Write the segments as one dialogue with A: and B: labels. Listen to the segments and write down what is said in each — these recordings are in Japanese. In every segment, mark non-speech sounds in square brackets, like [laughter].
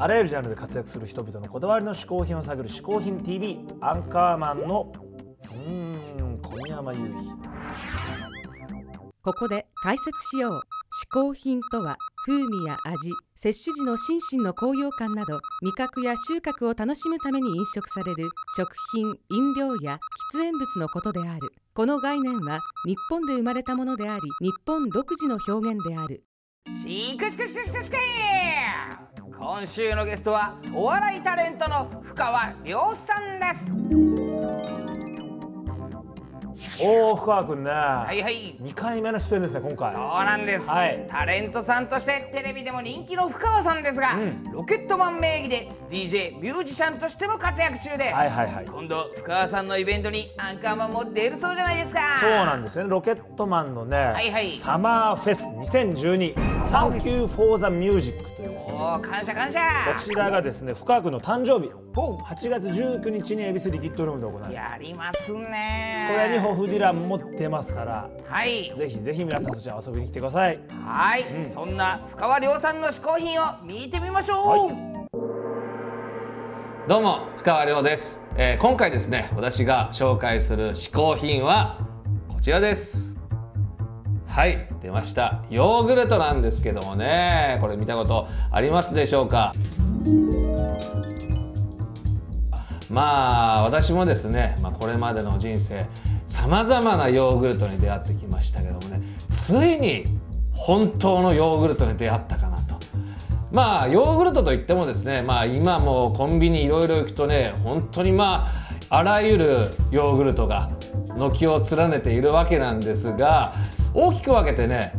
A: あらゆるジャンルで活躍する人々のこだわりの嗜好品を探る「嗜好品 TV」アンカーマンのうーん小宮山雄飛
B: ここで解説しよう嗜好品とは風味や味摂取時の心身の高揚感など味覚や収穫を楽しむために飲食される食品飲料や喫煙物のことであるこの概念は日本で生まれたものであり日本独自の表現である
C: シクシクシクシクシク今週のゲストはお笑いタレントの深川亮さんです
A: おお深川君ね、
C: はいはい
A: 2回目の出演ですね今回
C: そうなんです、
A: はい
C: タレントさんとしてテレビでも人気の深川さんですが、ロケットマン名義で DJ ミュージシャンとしても活躍中で、
A: はいはいはい
C: 今度深川さんのイベントにアンカーマンも出るそうじゃないですか
A: そうなんですよねロケットマンのね、
C: いはい
A: サマーフェス2012サンキューフォーザミュージックというですね
C: おー感謝感謝
A: こちらがですね深川君の誕生日
C: ほう
A: 8月19日に恵比寿リキッドルームで行われる
C: やりますね
A: これにホフディランも出ますから
C: はい
A: ぜひぜひ皆さんそちら遊びに来てください
C: はい、そんな深川亮さんの嗜好品を見てみましょう、
D: どうも深川亮です、えー今回ですね私が紹介する嗜好品はこちらですはい出ましたヨーグルトなんですけどもねこれ見たことありますでしょうかまあ私もですね、まあ、これまでの人生さまざまなヨーグルトに出会ってきましたけどもねついに本当のヨーグルトに出会ったかなとまあヨーグルトといってもですね、まあ、今もうコンビニいろいろ行くとね本当にまああらゆるヨーグルトが軒を連ねているわけなんですが大きく分けてね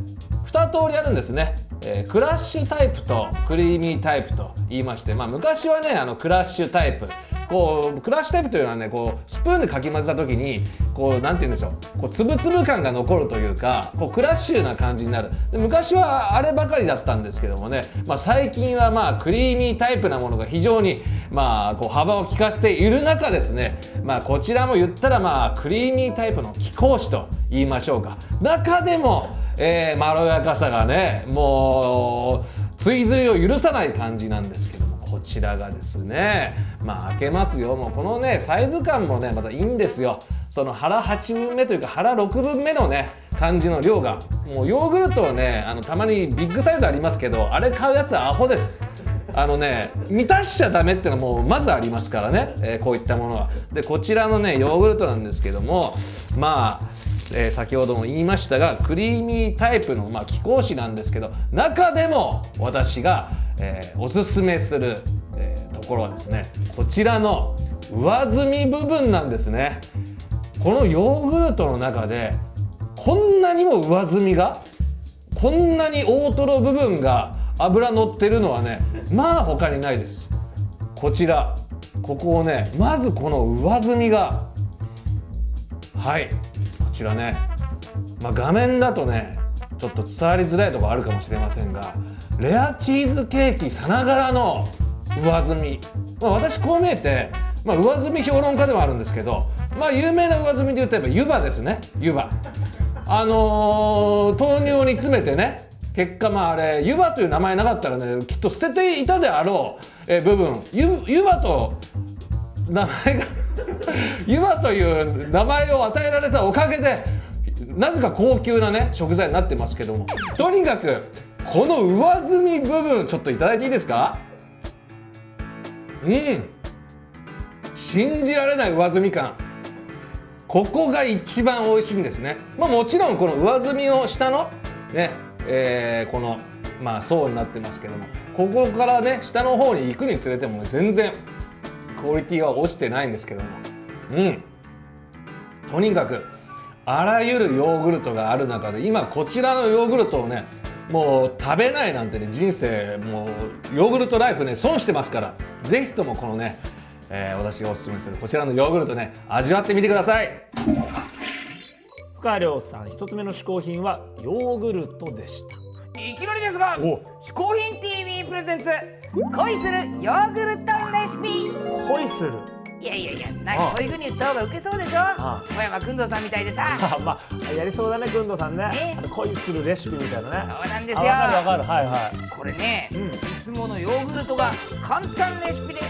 D: 2通りあるんですね、えークラッシュタイプとクリーミータイプと言いまして、まあ、昔はねあのクラッシュタイプこうクラッシュタイプというのはねこうスプーンでかき混ぜた時にこうなんて言うんでしょうこうつぶつぶ感が残るというかこうクラッシュな感じになるで昔はあればかりだったんですけどもね、まあ、最近はまあクリーミータイプなものが非常にまあこう幅を利かせている中ですね、まあ、こちらも言ったらまあクリーミータイプの貴公子と言いましょうか中でも、えーまろやかさがねもう追随を許さない感じなんですけどもこちらがですねまあ開けますよもうこのねサイズ感もねまたいいんですよその腹8分目というか腹6分目のね感じの量がもうヨーグルトをねあのたまにビッグサイズありますけどあれ買うやつはアホですあのね満たしちゃダメってのはもうまずありますからね、えーこういったものはでこちらのねヨーグルトなんですけどもまあ、えー先ほども言いましたがクリーミータイプの、まあ、貴公子なんですけど中でも私が、えーおすすめする、えーところはですねこちらの上積み部分なんですねこのヨーグルトの中でこんなにも上積みがこんなに大トロ部分が脂乗ってるのはねまあ他にないですこちらここをねまずこの上積みがはいこちらね、まあ、画面だとねちょっと伝わりづらいところあるかもしれませんがレアチーズケーキさながらの上積み、まあ、私こう見えて、まあ、上積み評論家でもあるんですけどまあ有名な上積みで言うとやっぱ湯葉ですね湯葉あのー豆乳に詰めてね結果まああれ湯葉という名前なかったらねきっと捨てていたであろう、えー部分湯湯葉と名前が湯葉という名前を与えられたおかげでなぜか高級なね食材になってますけどもとにかくこの上積み部分ちょっといただいていいですかうん信じられない上積み感ここが一番美味しいんですね、まあ、もちろんこの上積みの下のねえーこのまあ層になってますけどもここからね下の方に行くにつれても全然クオリティは落ちてないんですけどもうんとにかくあらゆるヨーグルトがある中で今こちらのヨーグルトをねもう食べないなんてね人生もうヨーグルトライフね損してますからぜひともこのね、えー私がおすすめするこちらのヨーグルトね味わってみてください
A: 深川亮さん一つ目の嗜好品はヨーグルトでした
C: いきなりですが
A: お
C: 嗜好品 TV プレゼンツ恋するヨーグルトレシピ
A: 恋する [laughs]
C: いやいやいやなん
A: あ
C: か
A: あ
C: そういうふうに言った方がウケそうでしょ
A: あ
C: 小山君堂さんみたいでさ
A: あまあやりそうだねくんどさんね
C: ね
A: あの恋するレシピみたいなね
C: そうなんですよ
A: あわかるわかるはいはい
C: これね、
A: ん
C: いつものヨーグルトが簡単レシピで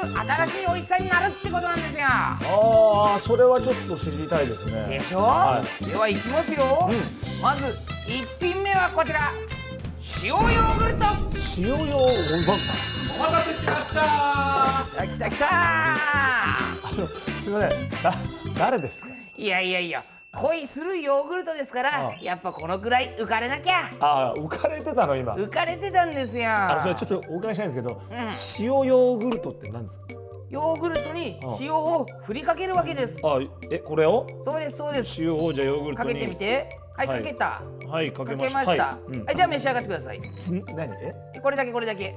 C: 全く新しい美味しさになるってことなんですよ
A: ああそれはちょっと知りたいですね
C: でしょ、
A: は
C: ではいきますよ、
A: ん
C: まず1品目はこちら塩ヨーグルト
A: い、塩用おば
D: お待たせしまし
C: き
D: た
C: たきたきた
A: あのすいませんだ誰ですか
C: いやいやいや恋するヨーグルトですから
A: ああ
C: やっぱこのくらい浮かれなきゃ
A: ああ浮かれてたの今
C: 浮かれてたんですよ
A: あのそれちょっとお伺いしたいんですけど、塩ヨーグルトって何ですか
C: ヨーグルトに塩を振りかけるわけです
A: あえこれを
C: そうですそうです
A: 塩をじゃあヨーグルト
C: か
A: に
C: けてみてはい
A: は
C: か
A: い
C: けた
A: はいか
C: かけ
A: け
C: ま
A: ま
C: し
A: した
C: たは
A: はい、うん
C: いじゃあ召し上がってください
A: ん何え
C: これだけこれだけ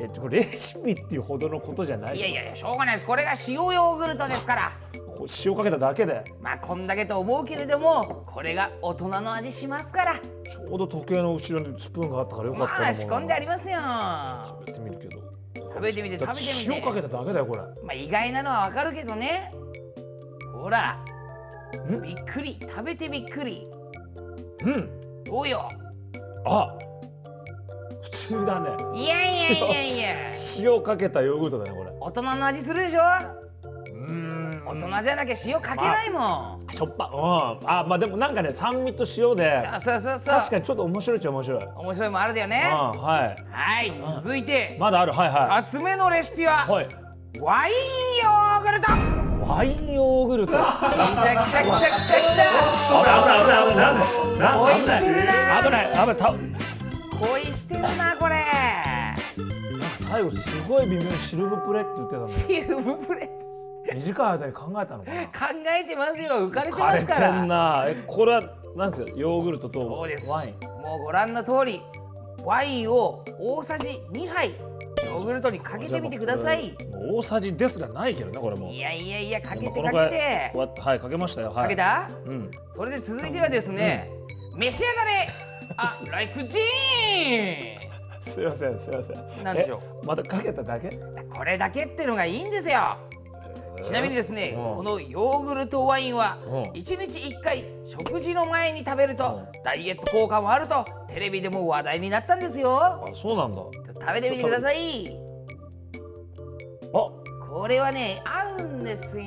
A: えちょこれレシピっていうほどのことじゃない
C: いやいやいやしょうがないですこれが塩ヨーグルトですから
A: こう塩かけただけで
C: まあこんだけと思うけれどもこれが大人の味しますから
A: ちょうど時計の後ろにスプーンがあったからよかった
C: まあ仕込んであ
A: り
C: りますよ
A: 食べてみるけど
C: 食べてみて
A: だって
C: 食べてみて
A: 塩かけただけだよこれ
C: まあ意外なのはわかるけどねほらびっくり食べてびっくり
A: うん
C: どうよ
A: あ普通だね
C: いやいやいやいや
A: 塩かけたヨーグルトだねこれ
C: 大人の味するでしょ
A: うん
C: 大人じゃなきゃ塩かけないもん
A: しょっぱうんあまあでもなんかね酸味と塩で
C: そうそうそうそう
A: 確かにちょっと面白いっちゃ面白い
C: 面白いもんあるだよね
A: あは
C: はい続いて
A: いまだあるはいは
C: 二つ目のレシピはい
A: はい
C: ワインヨーグルト
A: ワインヨーグルト危
C: きたきたきたきたきた
A: ない危ない危ないなんでな
C: おい
A: 危ない
C: してるな
A: 危ない危ないた
C: 恋してるなこれ [laughs]
A: なんか最後すごい微妙にシルブプレって言ってたの
C: キューブプレー
A: 短い間に考えたのかな
C: 考えてますよ浮かれて
A: 枯
C: ま
A: れ
C: すか
A: て
C: ら
A: んなえこれはなんですかヨーグルトと
C: そうです
A: ワイン
C: もうご覧の通りワインを大さじ2杯ヨーグルトにかけてみてください
A: もう大さじですらないけどねこれも
C: いやいやいやかけ
A: まあこ
C: て
A: の
C: か
A: くら
C: け
A: い
C: て
A: こうやってはいかけましたよはい
C: かけた
A: うん
C: それで続いてはですね召し上がれあライクジー
A: すいませんすいません
C: なんでしょう
A: えまたかけただけ
C: ンこれだけってのがいいんですよちなみにですね、
A: うん
C: このヨーグルトワインは
A: うん
C: 1日1回食事の前に食べると
A: う
C: ダイエット効果もあるとテレビでも話題になったんですよ
A: あそうなんだ
C: 食べてみてください
A: あ
C: これはね合うんですよ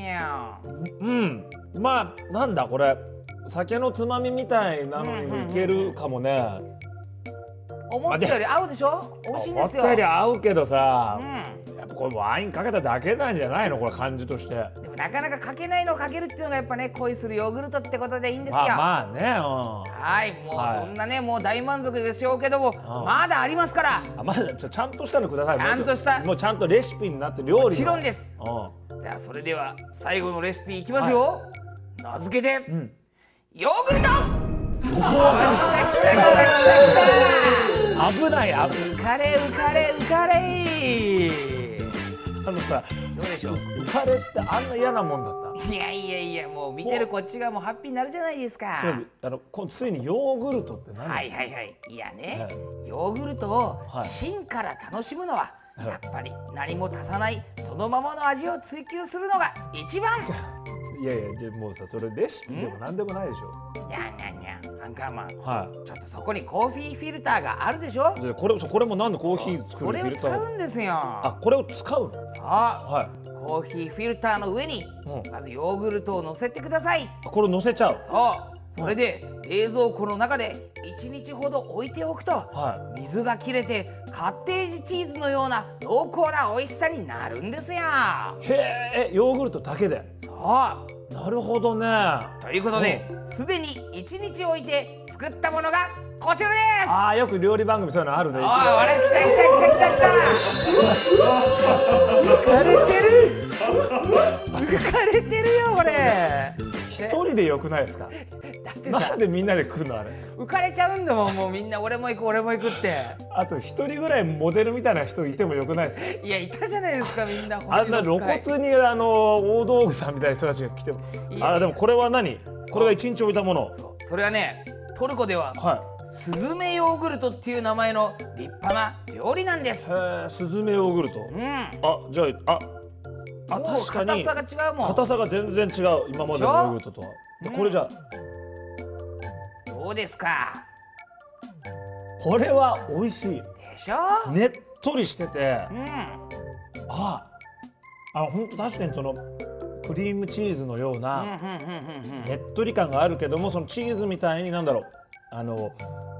A: うんまあなんだこれ酒のつまみみたいなのにいけるかもね、
C: 思ったより合うでしょ美味しいんですよ
A: 思ったより合うけどさ、
C: う
A: やっぱこれワインかけただけなんじゃないのこれ感じとして
C: ん、でもなかなかかけないのをかけるっていうのがやっぱね恋するヨーグルトってことでいいんですよ、
A: まあまあね
C: はいも
A: はいう
C: そんなねもう大満足でしょうけども
A: ん
C: まだありますから
A: うんあまだちょちゃんとしたのください
C: ちゃんとし
A: もうち
C: た
A: ょっもうちゃんとレシピになって料理、
C: もちろんですす
A: う
C: じゃあそれでは最後のレシピいきますよ、名付けて、
A: ん
C: ヨーグルトよっしゃ来た来た来
A: ん、危ないあ
C: た来た浮かれ浮かれ浮かれ
A: あのさ
C: どうでしょう
A: 浮かれってあんな嫌なもんだっ
C: いやいやいやもう見てるこっちがもうハッピーになるじゃないですか
A: たすいませんあのこついにヨーグルトって何
C: はいはいはいいやね、
A: はい
C: ヨーグルトを
A: はい
C: 芯から楽しむのは
A: はい
C: やっぱり何も足さないそのままの味を追求するのが一番
A: いやいやじゃあもうさそれレシピでも何でもないでしょ
C: にゃんにゃんにゃんアンカーマン
A: はい
C: ちょっとそこにコーヒーフィルターがあるでしょ
A: でこれそうこれもなんでコーヒー作
C: こ
A: る
C: れ
A: フィ
C: を
A: ルタ
C: 使
A: ー
C: うんですよ
A: あこれを使うの
C: あ
A: はい
C: コーヒーフィルターの上に
A: うん
C: まずヨーグルトを乗せてください
A: あこれ乗せちゃう
C: そうそれで冷蔵庫の中で1日ほど置いておくと、
A: は
C: 水が切れてカッテージチーズのような濃厚な美味しさになるんですよ
A: へえヨーグルトだけで
C: そう
A: なるほどねあ
C: ということですでに1日置いて作ったものがこちらです
A: ーよく料理番組そういうのあるね
C: おいあれ来た来た来た来た来た浮かれてる浮かれてるよこれ
A: 一人でよくないですか
C: だって
A: な
C: さ
A: んでみんなで食うのあれ
C: 浮かれちゃうんだもんもうみんな俺も行く俺も行くって
A: あと一人ぐらいモデルみたいな人いてもよくない
C: [laughs]
A: ですか
C: いやいたじゃないですかみんな
A: あんな露骨にあの大道具さんみたいな人たちが来てもあーでもこれは何これが一日置いたもの
C: それはねトルコでは
A: は
C: スズメヨーグルトっていう名前の立派な料理なんで
A: い
C: す
A: へえスズメヨーグルト
C: うん
A: あじゃあああ
C: もう
A: 確かに
C: 硬さが違うもん
A: 硬さが全然違う今までのヨーグルトとはでこれじゃ
C: どうですか
A: これは美味しい
C: でしょ、
A: ねっとりしてて
C: うん
A: ああ本当確かにそのクリームチーズのようなねっとり感があるけどもそのチーズみたいになんだろうあの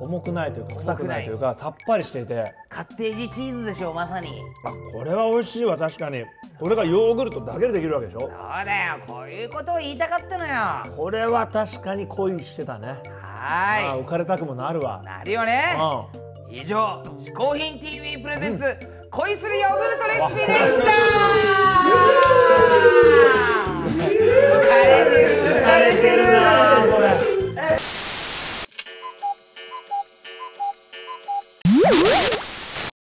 A: 重くないというか臭くないというかさっぱりしていて
C: カッテージチーズでしょまさに
A: あこれは美味しいわ確かにこれがヨーグルトだけでできるわけでしょ
C: そうだよこういうことを言いたかったのよは
A: これは確かに恋してたねあ
C: ー
A: 浮かれたくもなるわ
C: いなるよね
A: うん
C: 以上「嗜好品 TV プレゼンツ、恋するヨーグルトレシピ」でした浮かれてる浮かれてるな
A: これ